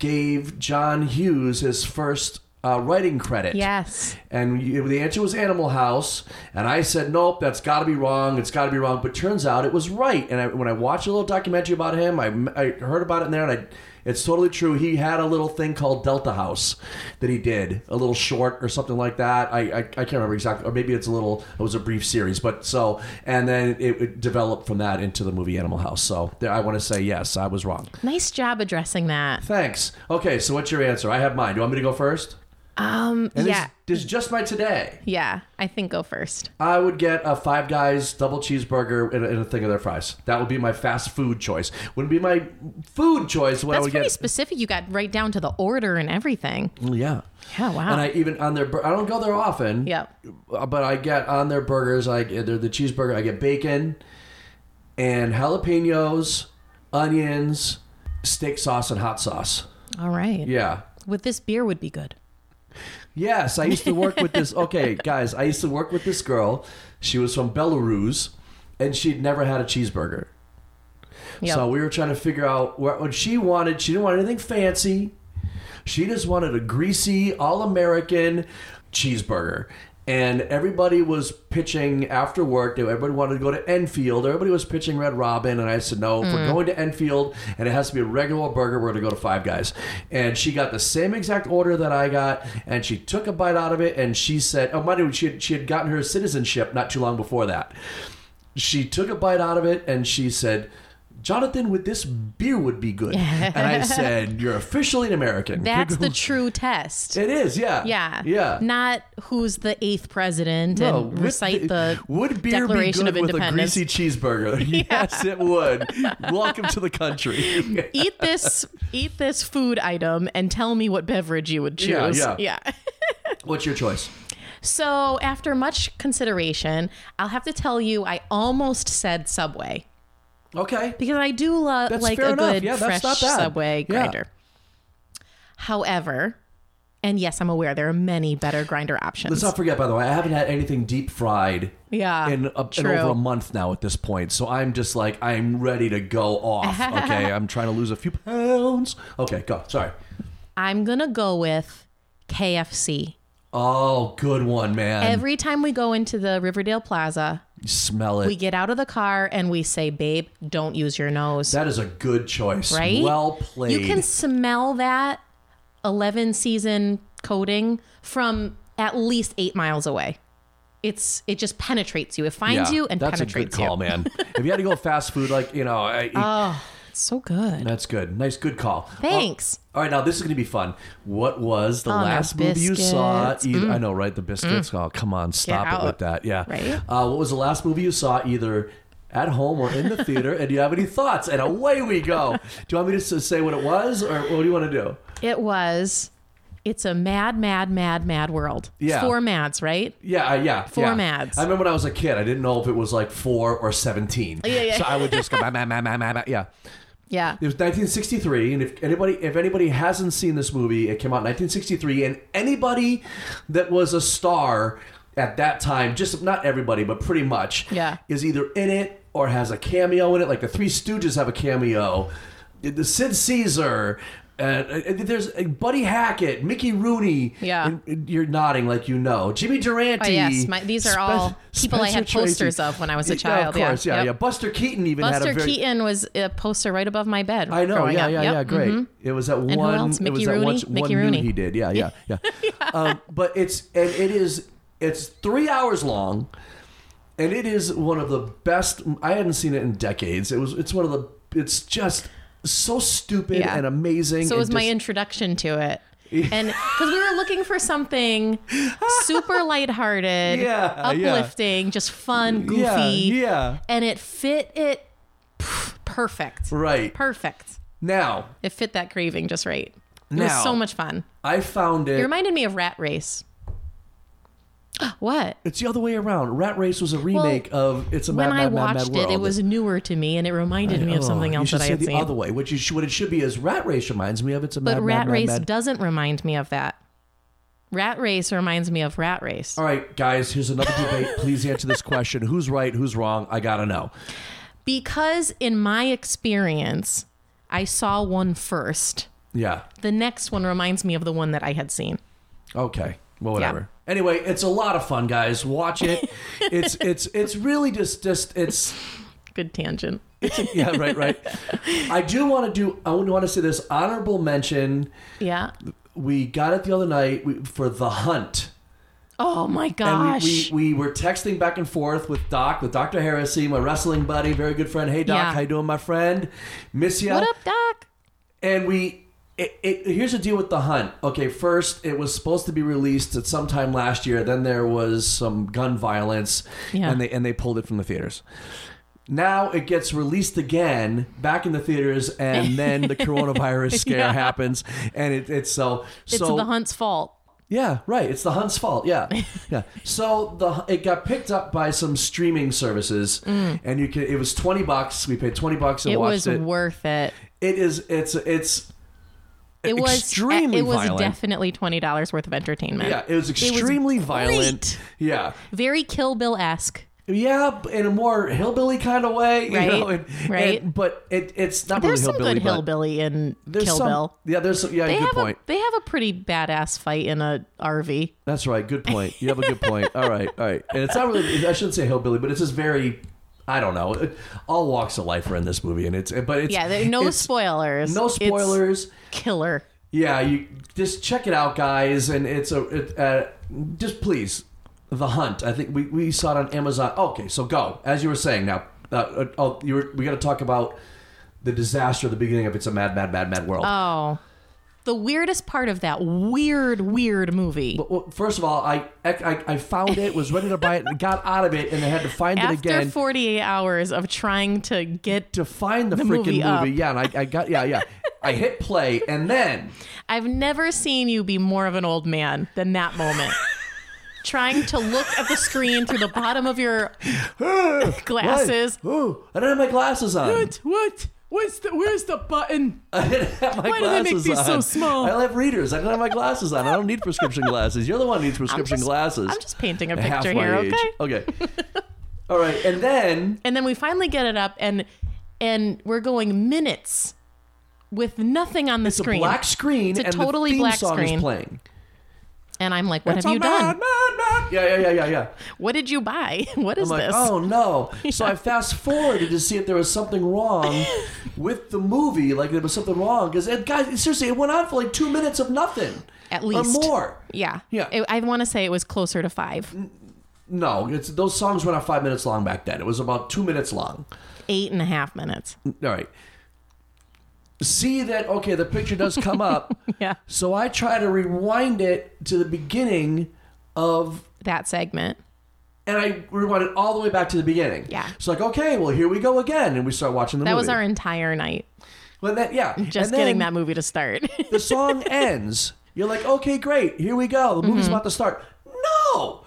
S1: gave John Hughes his first uh, writing credit.
S2: yes.
S1: And you- the answer was Animal House, and I said, "Nope, that's got to be wrong. It's got to be wrong." But turns out it was right. And I, when I watched a little documentary about him, I, I heard about it in there, and I, it's totally true. He had a little thing called Delta House that he did, a little short or something like that. I, I, I can't remember exactly, or maybe it's a little. It was a brief series, but so and then it, it developed from that into the movie Animal House. So there, I want to say yes, I was wrong.
S2: Nice job addressing that.
S1: Thanks. Okay, so what's your answer? I have mine. Do you want me to go first?
S2: Um.
S1: And
S2: yeah.
S1: this, this is just my today.
S2: Yeah. I think go first.
S1: I would get a Five Guys double cheeseburger and a, and a thing of their fries. That would be my fast food choice. Wouldn't be my food choice. What I
S2: That's
S1: would
S2: pretty
S1: get?
S2: specific. You got right down to the order and everything.
S1: yeah.
S2: Yeah. Oh, Wow.
S1: And I even on their, bur- I don't go there often. uh,
S2: Yep.
S1: But I get on their burgers. I get they're the cheeseburger. I get bacon, and jalapenos, onions, steak sauce, and hot sauce.
S2: All right.
S1: Yeah.
S2: With this beer would be good.
S1: Yes, I used to work with this. Okay, guys, I used to work with this girl. She was from Belarus, and she'd never had a cheeseburger.
S2: Yep.
S1: So we were trying to figure out what, what she wanted. She didn't want anything fancy. She just wanted a greasy, all American cheeseburger. And everybody was pitching after work. Everybody wanted to go to Enfield. Everybody was pitching Red Robin. And I said, no, if we're going to Enfield and it has to be a regular burger, we're going to go to Five Guys. And she got the same exact order that I got. And she took a bite out of it. And she said, oh, mind you, she had, she had gotten her citizenship not too long before that she took a bite out of it and she said, Jonathan, with this beer would be good. and I said, You're officially an American.
S2: That's the true test.
S1: it is, yeah.
S2: Yeah.
S1: Yeah.
S2: Not who's the eighth president
S1: No,
S2: and
S1: with
S2: recite the,
S1: would beer
S2: Declaration
S1: be
S2: of
S1: good with a
S2: Independence.
S1: greasy cheeseburger? Yes, it would. Welcome to the country.
S2: eat this eat this food item and tell me what beverage you would
S1: Yeah,
S2: choose.
S1: yeah.
S2: yeah.
S1: What's your choice?
S2: So after much consideration, I'll have to tell you I almost said Subway.
S1: Okay.
S2: Because I do love
S1: That's
S2: like
S1: fair
S2: a
S1: enough.
S2: good
S1: Yeah,
S2: fresh
S1: that's not bad.
S2: Subway
S1: Yeah.
S2: grinder. However, and yes, I'm aware there are many better grinder options.
S1: Let's not forget, by the way, I haven't had anything deep fried
S2: yeah.
S1: in, a, in
S2: true.
S1: over a month now at this point. So I'm just like, I'm ready to go off. Okay. I'm trying to lose a few pounds. Okay, go. Sorry.
S2: I'm gonna go with KFC.
S1: Oh, good one, man.
S2: Every time we go into the Riverdale Plaza,
S1: You smell it.
S2: we get out of the car and we say, "Babe, don't use your nose."
S1: that is a good choice.
S2: right?
S1: Well played.
S2: You can smell that 11 season coating from at least 8 miles away. It's it just penetrates you. It finds you and
S1: that's
S2: penetrates
S1: a good call,
S2: you. Oh.
S1: man. if you had to go fast food, like you know, I,
S2: It's so good.
S1: that's good. Nice, good call.
S2: Thanks.
S1: All right, now this is going to be fun. What was the
S2: no,
S1: last movie you saw?
S2: biscuits. Mm.
S1: Either, I know, right? The biscuits. Oh, come on, stop it
S2: out.
S1: with that. Yeah.
S2: Right?
S1: Uh, what was the last movie you saw either at home or in the theater? and do you have any thoughts? And away we go. do you want me to s- say what it was, or what do you want to do?
S2: It was it's a mad mad mad mad world.
S1: Yeah.
S2: Four mads, right?
S1: Yeah, uh, yeah.
S2: Four
S1: yeah.
S2: Mads.
S1: I remember when I was a kid, I didn't know if it was like four or 17.
S2: Yeah, yeah.
S1: So I would just go, bah, bah, bah, bah, bah, bah. yeah.
S2: Yeah.
S1: It was 1963, and if anybody, if anybody hasn't seen this movie, it came out in 1963, and anybody that was a star at that time, just not everybody, but pretty much,
S2: Yeah.
S1: is either in it or has a cameo in it. Like the Three Stooges have a cameo. The Sid Caesar, And uh, there's uh, Buddy Hackett, Mickey Rooney.
S2: Yeah.
S1: And- and you're nodding like you know. Jimmy Durante.
S2: Oh, yes. My- these are all people I had posters of when I was a child.
S1: Yeah, of course. Yeah, yeah.
S2: Yep.
S1: Buster Keaton even had
S2: Buster
S1: a very.
S2: Keaton was a poster right above my bed.
S1: I know.
S2: growing
S1: Yeah,
S2: up.
S1: yeah,
S2: Yep. Mm-hmm.
S1: yeah. Great. It was that
S2: who
S1: one.
S2: else?
S1: It was
S2: Mickey
S1: that
S2: Rooney?
S1: one, one
S2: Mickey
S1: nude
S2: Rooney.
S1: he did. Yeah, yeah, yeah. Um, but it's and it is it's three hours long, and it is one of the best. I hadn't seen it in decades. It was. It's one of the. It's just so stupid
S2: Yeah.
S1: and amazing.
S2: So it
S1: and
S2: was my
S1: just-
S2: introduction to it. And because we were looking for something super lighthearted,
S1: Yeah, yeah.
S2: uplifting, just fun, goofy.
S1: Yeah, yeah.
S2: And it fit it pff, perfect.
S1: Right.
S2: Perfect.
S1: Now,
S2: It fit that craving just right. It
S1: Now-
S2: was so much fun.
S1: I found
S2: It
S1: it.
S2: reminded me of Rat Race. what?
S1: it's the other way around. Rat Race was a remake of It's a
S2: When
S1: Mad,
S2: I
S1: Mad, Mad,
S2: watched
S1: Mad
S2: it,
S1: World.
S2: it was newer to me and it reminded me of
S1: Oh,
S2: something else
S1: you should
S2: that I
S1: say
S2: had
S1: the
S2: seen.
S1: other way, which is what it should be. Is Rat Race reminds me of It's a
S2: but
S1: Mad
S2: Rat
S1: Mad,
S2: Race
S1: Mad, Mad.
S2: doesn't remind me of that. Rat Race reminds me of Rat Race.
S1: All right, guys, here's another debate. Please answer this question. Who's right? Who's wrong? I gotta know.
S2: Because in my experience, I saw one first.
S1: Yeah.
S2: The next one reminds me of the one that I had seen.
S1: Okay. Well, whatever. Anyway, it's a lot of fun, guys. Watch it. it's it's it's really just just it's
S2: Good tangent.
S1: yeah, right, right. I do want to do I want to say this honorable mention.
S2: Yeah.
S1: We got it the other night we, for The Hunt.
S2: Oh my
S1: And we,
S2: gosh.
S1: we, we were texting back and forth with Doc, with Dr. Heresy, my wrestling buddy, very good friend. Hey, Doc,
S2: Yeah.
S1: how you doing, my friend? Miss you.
S2: what up, Doc?
S1: and we it, it, here's the deal with the hunt okay first it was supposed to be released at some time last year then there was some gun violence
S2: Yeah.
S1: and they and they pulled it from the theaters now it gets released again back in the theaters and then the coronavirus scare happens and it, it's so
S2: It's
S1: so
S2: the hunt's fault.
S1: yeah, right. It's the Hunt's fault. Yeah, yeah. So the it got picked up by some streaming services, and you can. It was twenty bucks. We paid twenty bucks and
S2: Mm. It
S1: watched
S2: was
S1: it.
S2: worth it.
S1: It is. It's. It's.
S2: It was e,
S1: extremely
S2: It was
S1: violent.
S2: definitely twenty dollars worth of entertainment.
S1: yeah, it was extremely violent.
S2: great.
S1: Yeah,
S2: Very Kill Bill esque.
S1: yeah, b- in a more hillbilly kind of way, you
S2: Right,
S1: know. and-
S2: right.
S1: and- but it, it's not
S2: There's
S1: really
S2: some
S1: hillbilly.
S2: good
S1: but
S2: hillbilly in
S1: there's
S2: Kill
S1: some-
S2: Bill.
S1: Yeah, there's some, yeah.
S2: They
S1: good
S2: have
S1: point.
S2: a they have a pretty badass fight in a RV.
S1: That's right. Good point. You have a good point. All right, all right. And it's not really. I shouldn't say hillbilly, but it's just very. I don't know. It- all walks of life are in this movie, and it's. But it's
S2: Yeah, there, no
S1: it's-
S2: spoilers.
S1: No
S2: It's
S1: spoilers.
S2: killer.
S1: Yeah, you just check it out, guys, and it's a it, uh, just please the hunt. I think we, we saw it on Amazon. Okay, so go as you were saying. Now, uh, uh, oh, you were, we got to talk about the disaster, at the beginning of it's a mad, mad, mad, mad world.
S2: Oh. The weirdest part of that weird, weird movie.
S1: well, first of all, I, I I found it, was ready to buy it, got out of it, and I had to find it
S2: After
S1: again
S2: 48 hours of trying to get.
S1: to find the, freaking
S2: movie
S1: movie.
S2: up.
S1: Yeah, and I, I got yeah yeah. I hit play, and then
S2: I've never seen you be more of an old man than that moment. trying to look at the screen through the bottom of your glasses.
S1: Hey, ooh, I didn't have my glasses on.
S2: What? What's the, where's the button?
S1: I didn't have my
S2: Why do they
S1: glasses
S2: make these
S1: on.
S2: so small?
S1: I don't have readers. I don't have my glasses on. I don't need prescription glasses. You're the one who needs prescription
S2: just-
S1: glasses.
S2: I'm just painting a
S1: Half
S2: picture
S1: my
S2: here,
S1: age.
S2: okay?
S1: Okay. All right, and then
S2: and then we finally get it up and and we're going minutes with nothing on the
S1: it's
S2: screen
S1: a black screen,
S2: It's a
S1: and
S2: totally
S1: the theme
S2: black
S1: song
S2: screen.
S1: is playing.
S2: and i'm like what
S1: It's
S2: have
S1: a
S2: you
S1: mad,
S2: done
S1: mad, mad- Yeah, yeah, yeah, yeah, yeah.
S2: what did you buy what
S1: I'm
S2: is
S1: like,
S2: this
S1: oh no. So I fast forwarded to see if there was something wrong with the movie, like there was something wrong. Because guys, seriously, it went on for like two minutes of nothing,
S2: At least.
S1: or more.
S2: yeah
S1: Yeah.
S2: It- i want to say it was closer to five
S1: No, it's those songs were not five minutes long back then. It was about two minutes long.
S2: eight and a half minutes
S1: All right. See that okay, the picture does come up.
S2: yeah
S1: So I try to rewind it to the beginning of
S2: that segment
S1: and I rewind it all the way back to the beginning.
S2: Yeah.
S1: It's like, okay, well here we go again and we start watching the
S2: that
S1: movie.
S2: was our entire night
S1: well, that, yeah.
S2: just
S1: and
S2: getting
S1: then
S2: that movie to start
S1: the song ends. You're like, okay, great, here we go. The movie's about to start. No.
S2: Mm-hmm.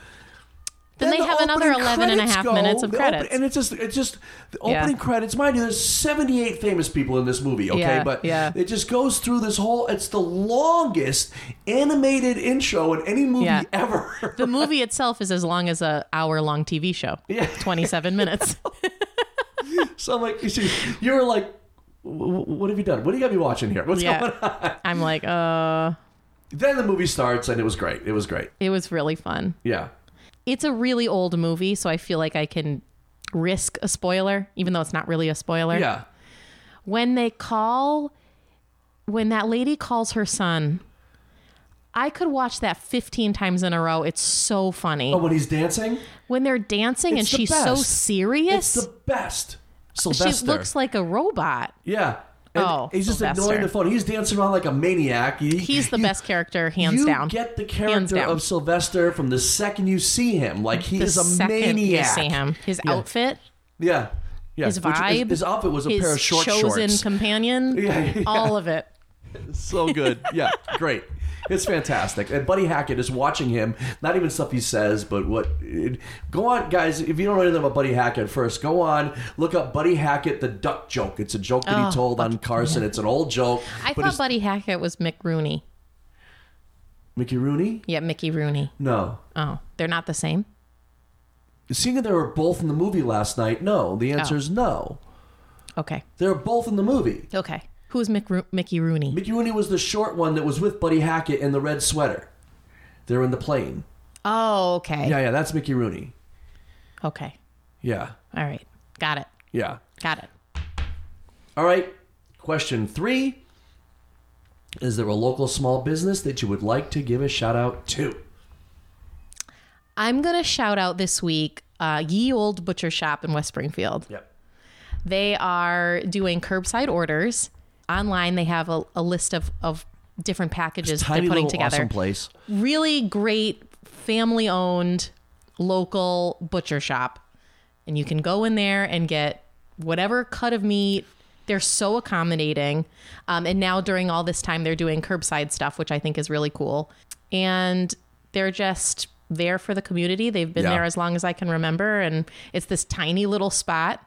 S2: Then they have another
S1: opening
S2: 11 and a
S1: credits
S2: half minutes of
S1: the open-
S2: credits.
S1: and it's just it's just the
S2: Yeah.
S1: opening credits. Mind you, there's 78 famous people in this movie, okay?
S2: Yeah,
S1: but
S2: yeah.
S1: it just goes through this whole it's the longest animated intro in any movie
S2: Yeah.
S1: ever.
S2: the movie itself is as long as a hour long tv show
S1: Yeah.
S2: 27 minutes
S1: so I'm like you see, you're like w- what have you done? What do you got me watching here? What's going on?
S2: yeah. I'm like, uh,
S1: Then the movie starts, and it was great. It was great.
S2: it was really fun.
S1: Yeah.
S2: It's a really old movie, so I feel like I can risk a spoiler, even though it's not really a spoiler.
S1: Yeah.
S2: When they call, when that lady calls her son, I could watch that 15 times in a row. It's so funny.
S1: Oh, when he's dancing,
S2: When they're dancing and
S1: It's the
S2: she's so
S1: best.
S2: serious,
S1: it's the best. Sylvester.
S2: she looks like a robot.
S1: yeah. And
S2: Oh,
S1: he's just
S2: Sylvester.
S1: ignoring the phone. He's dancing around like a maniac. He-
S2: He's the best character, hands
S1: you
S2: down.
S1: get the
S2: Hands
S1: character
S2: down.
S1: of Sylvester from the second you see him. Like he
S2: the
S1: is a
S2: second you
S1: maniac.
S2: see him, his outfit,
S1: Yeah. Yeah.
S2: His
S1: Which is-
S2: vibe,
S1: his outfit was a
S2: his
S1: pair of short
S2: chosen
S1: shorts.
S2: companion,
S1: Yeah, yeah.
S2: all of it.
S1: so good. Yeah, great. It's fantastic. And Buddy Hackett is watching him. Not even stuff he says, but what. It, go on, guys. If you don't know anything about Buddy Hackett, first go on look up Buddy Hackett the duck joke. It's a joke that
S2: Oh,
S1: he told on Carson. It's an old joke.
S2: I
S1: but
S2: thought
S1: it's-
S2: Buddy Hackett was Mick Rooney.
S1: Mickey Rooney?
S2: Yeah, Mickey Rooney.
S1: No.
S2: Oh, they're not the same.
S1: Seeing that they were both in the movie last night, no. The answer
S2: Oh.
S1: is no.
S2: Okay,
S1: They were both in the movie.
S2: okay. Who's Mick Roo- Mickey Rooney?
S1: Mickey Rooney was the short one that was with Buddy Hackett in the red sweater. They're in the plane.
S2: oh, okay,
S1: Yeah, yeah, that's Mickey Rooney.
S2: okay.
S1: Yeah,
S2: All right, got it,
S1: yeah.
S2: got it.
S1: All right. Question three Is there a local small business that you would like to give a shout out to?
S2: I'm gonna shout out this week. Uh, Ye Old Butcher Shop in West Springfield.
S1: Yep.
S2: They are doing curbside orders online. They have a, a list of, of different packages they're
S1: Tiny
S2: putting
S1: little
S2: together.
S1: awesome place.
S2: really great family owned local butcher shop. And you can go in there and get whatever cut of meat. They're so accommodating. Um, and now during all this time, they're doing curbside stuff, which I think is really cool. And they're just there for the community. They've been
S1: Yeah.
S2: there as long as I can remember. And it's this tiny little spot.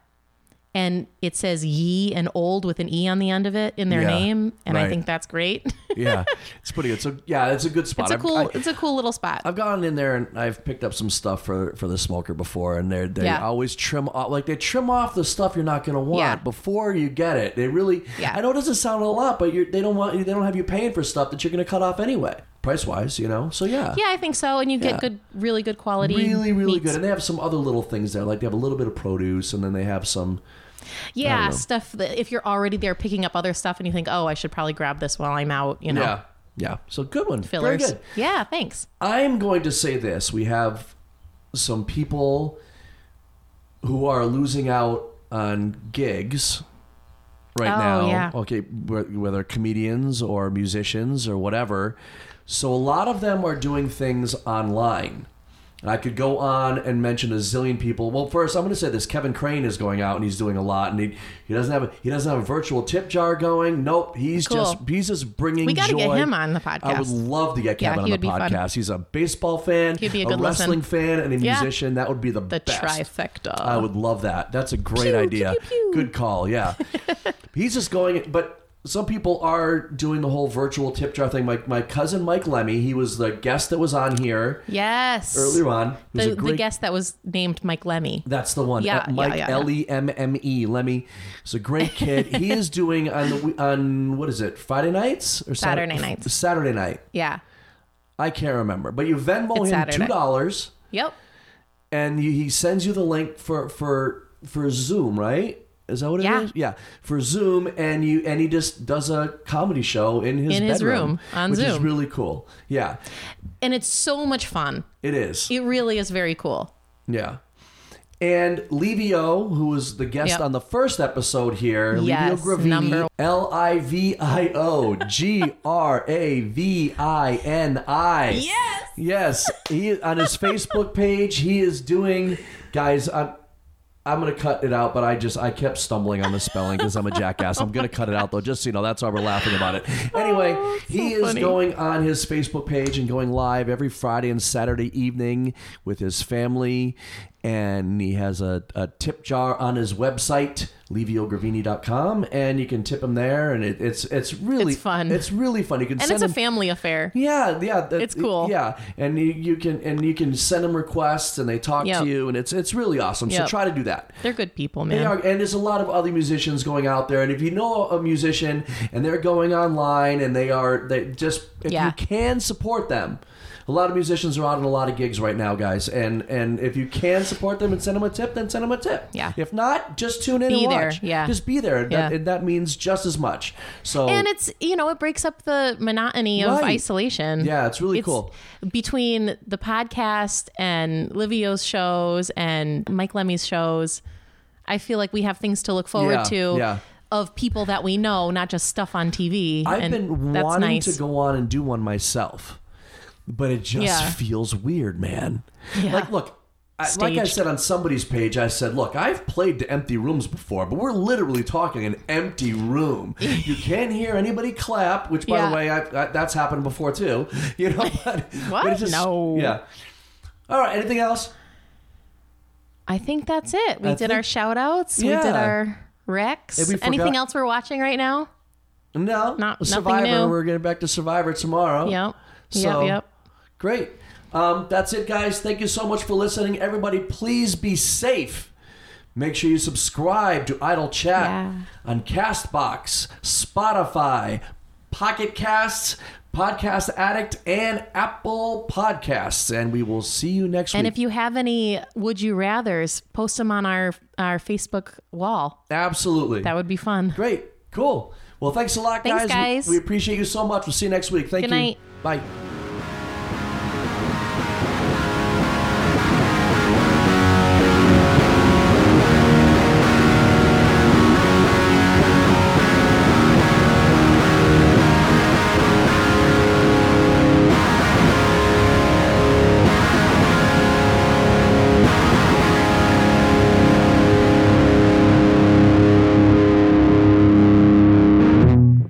S2: And it says ye and old with an E on the end of it in their
S1: Yeah,
S2: name. And I
S1: right.
S2: think that's great.
S1: Yeah, it's pretty good. So, yeah, it's a good spot.
S2: it's a
S1: I've-
S2: cool
S1: I,
S2: it's a cool little spot.
S1: I've gone in there and I've picked up some stuff for, for the smoker before, and they they
S2: Yeah.
S1: always trim off like they trim off the stuff you're not going to want
S2: Yeah.
S1: before you get it. They really,
S2: Yeah.
S1: I know it doesn't sound a lot, but you're, they don't want they don't have you paying for stuff that you're going to cut off anyway, price wise, you know. So yeah,
S2: Yeah, I think so. And you get
S1: Yeah.
S2: good, really good quality.
S1: really really
S2: meats.
S1: good and they have some other little things there like they have a little bit of produce and then they have some
S2: Yeah, stuff that if you're already there picking up other stuff and you think, oh, I should probably grab this while I'm out, you know,
S1: yeah so good one
S2: fillers.
S1: very good
S2: Yeah, thanks.
S1: i'm going to say this we have some people who are losing out on gigs right
S2: Oh,
S1: now
S2: yeah.
S1: okay wh- whether comedians or musicians or whatever so a lot of them are doing things online I could go on and mention a zillion people. Well, first I'm going to say this: Kevin Crane is going out and he's doing a lot, and he, he doesn't have a, he doesn't have a virtual tip jar going. Nope, he's
S2: Cool.
S1: just he's just bringing.
S2: We gotta
S1: joy.
S2: get him on the podcast.
S1: I would love to get
S2: Yeah,
S1: Kevin
S2: he
S1: on
S2: would be
S1: the
S2: fun.
S1: podcast. He's a baseball fan,
S2: He'd be a good listen.
S1: wrestling fan, and a
S2: Yeah.
S1: musician. That would be the,
S2: The
S1: best.
S2: trifecta.
S1: I would love that. That's a great
S2: Pew,
S1: idea.
S2: pew, pew, pew.
S1: Good call. Yeah, he's just going. But some people are doing the whole virtual tip jar thing. My my cousin Mike Lemmy, he was the guest that was on here
S2: Yes.
S1: earlier on. He was
S2: the,
S1: a great
S2: the guest that was named Mike Lemmy.
S1: that's the one.
S2: Yeah,
S1: Uh, Mike
S2: yeah, yeah, yeah.
S1: L E M M E Lemmy. He's a great kid. he is doing on the we- on what is it Friday nights or Sat-
S2: Saturday nights.
S1: Saturday night.
S2: Yeah.
S1: I can't remember, but you Venmo
S2: It's
S1: him
S2: Saturday.
S1: two dollars,
S2: Yep.
S1: and you, he sends you the link for for for Zoom, right? Is that what it is?
S2: Yeah.
S1: Yeah, for Zoom, and you and he just does a comedy show in his
S2: In his
S1: bedroom,
S2: room, on
S1: which is
S2: Zoom.
S1: really cool. Yeah,
S2: And it's so much fun.
S1: it is.
S2: It really is very cool.
S1: Yeah. And Livio, who was the guest
S2: Yep.
S1: on the first episode here,
S2: Yes,
S1: Livio
S2: number-
S1: Gravini, L I V I O G R A V I N I. Yes. Yes. He on his Facebook page, he is doing guys, I'm I'm gonna cut it out, but I just I kept stumbling on the spelling because I'm a jackass. I'm gonna cut it out though, just so you know. That's why we're laughing about it.
S2: Oh,
S1: Anyway, he is going on his Facebook page and going live every Friday and Saturday evening with his family, and he has a, a tip jar on his website leviogravini.com and you can tip him there and it, it's it's really
S2: It's fun.
S1: it's really fun you can
S2: And
S1: send
S2: it's a
S1: him-
S2: family affair.
S1: yeah, yeah, that-
S2: It's cool.
S1: Yeah, and you, you can and you can send them requests, and they talk
S2: Yep.
S1: to you, and it's it's really awesome. So
S2: Yep.
S1: try to do that.
S2: They're good people,
S1: They
S2: man.
S1: are- and there's a lot of other musicians going out there, and if you know a musician and they're going online and they are they just if
S2: Yeah.
S1: you can support them. A lot of musicians are out on a lot of gigs right now, guys, and and if you can support them and send them a tip, then send them a tip.
S2: Yeah.
S1: If not, just tune in
S2: Be
S1: and
S2: there,
S1: watch.
S2: yeah.
S1: Just be there. and That,
S2: Yeah.
S1: and that means just as much. So
S2: and it's you know it breaks up the monotony of
S1: Right.
S2: isolation.
S1: yeah, it's really
S2: It's
S1: cool.
S2: between the podcast and Livio's shows and Mike Lemmy's shows. I feel like we have things to look forward
S1: Yeah,
S2: to
S1: yeah.
S2: of people that we know, not just stuff on TV.
S1: I've
S2: and
S1: been
S2: that's
S1: wanting
S2: nice.
S1: to go on and do one myself, but it just
S2: Yeah.
S1: feels weird, man. Like, look, I, like I
S2: Staged.
S1: said on somebody's page, I said, look, I've played to empty rooms before, but we're literally talking an empty room. You can't hear anybody clap, which, by
S2: Yeah.
S1: the way, I, I, that's happened before too. You know, but,
S2: What?
S1: but it's just-
S2: No.
S1: Yeah. All right. Anything else?
S2: I think that's it. We
S1: I
S2: did
S1: think-
S2: our shout outs.
S1: Yeah.
S2: We did our recs.
S1: Hey, we forgot-
S2: Anything else we're watching right now?
S1: No.
S2: Not- nothing
S1: Survivor.
S2: new.
S1: We're getting back to Survivor tomorrow.
S2: Yep.
S1: Uh, So-
S2: yep. Yep.
S1: Great. Um, that's it, guys. Thank you so much for listening. Everybody, please be safe. Make sure you subscribe to Idle Chat
S2: Yeah.
S1: on Castbox, Spotify, Pocket Casts, Podcast Addict, and Apple Podcasts. And we will see you next
S2: And
S1: week.
S2: if you have any would you rather's, post them on our our Facebook wall.
S1: Absolutely.
S2: That would be fun.
S1: Great. Cool. Well, thanks a lot,
S2: Thanks,
S1: guys. We-
S2: guys.
S1: We, appreciate you so much. We'll see you next week. Thank
S2: Good
S1: you.
S2: night.
S1: Bye.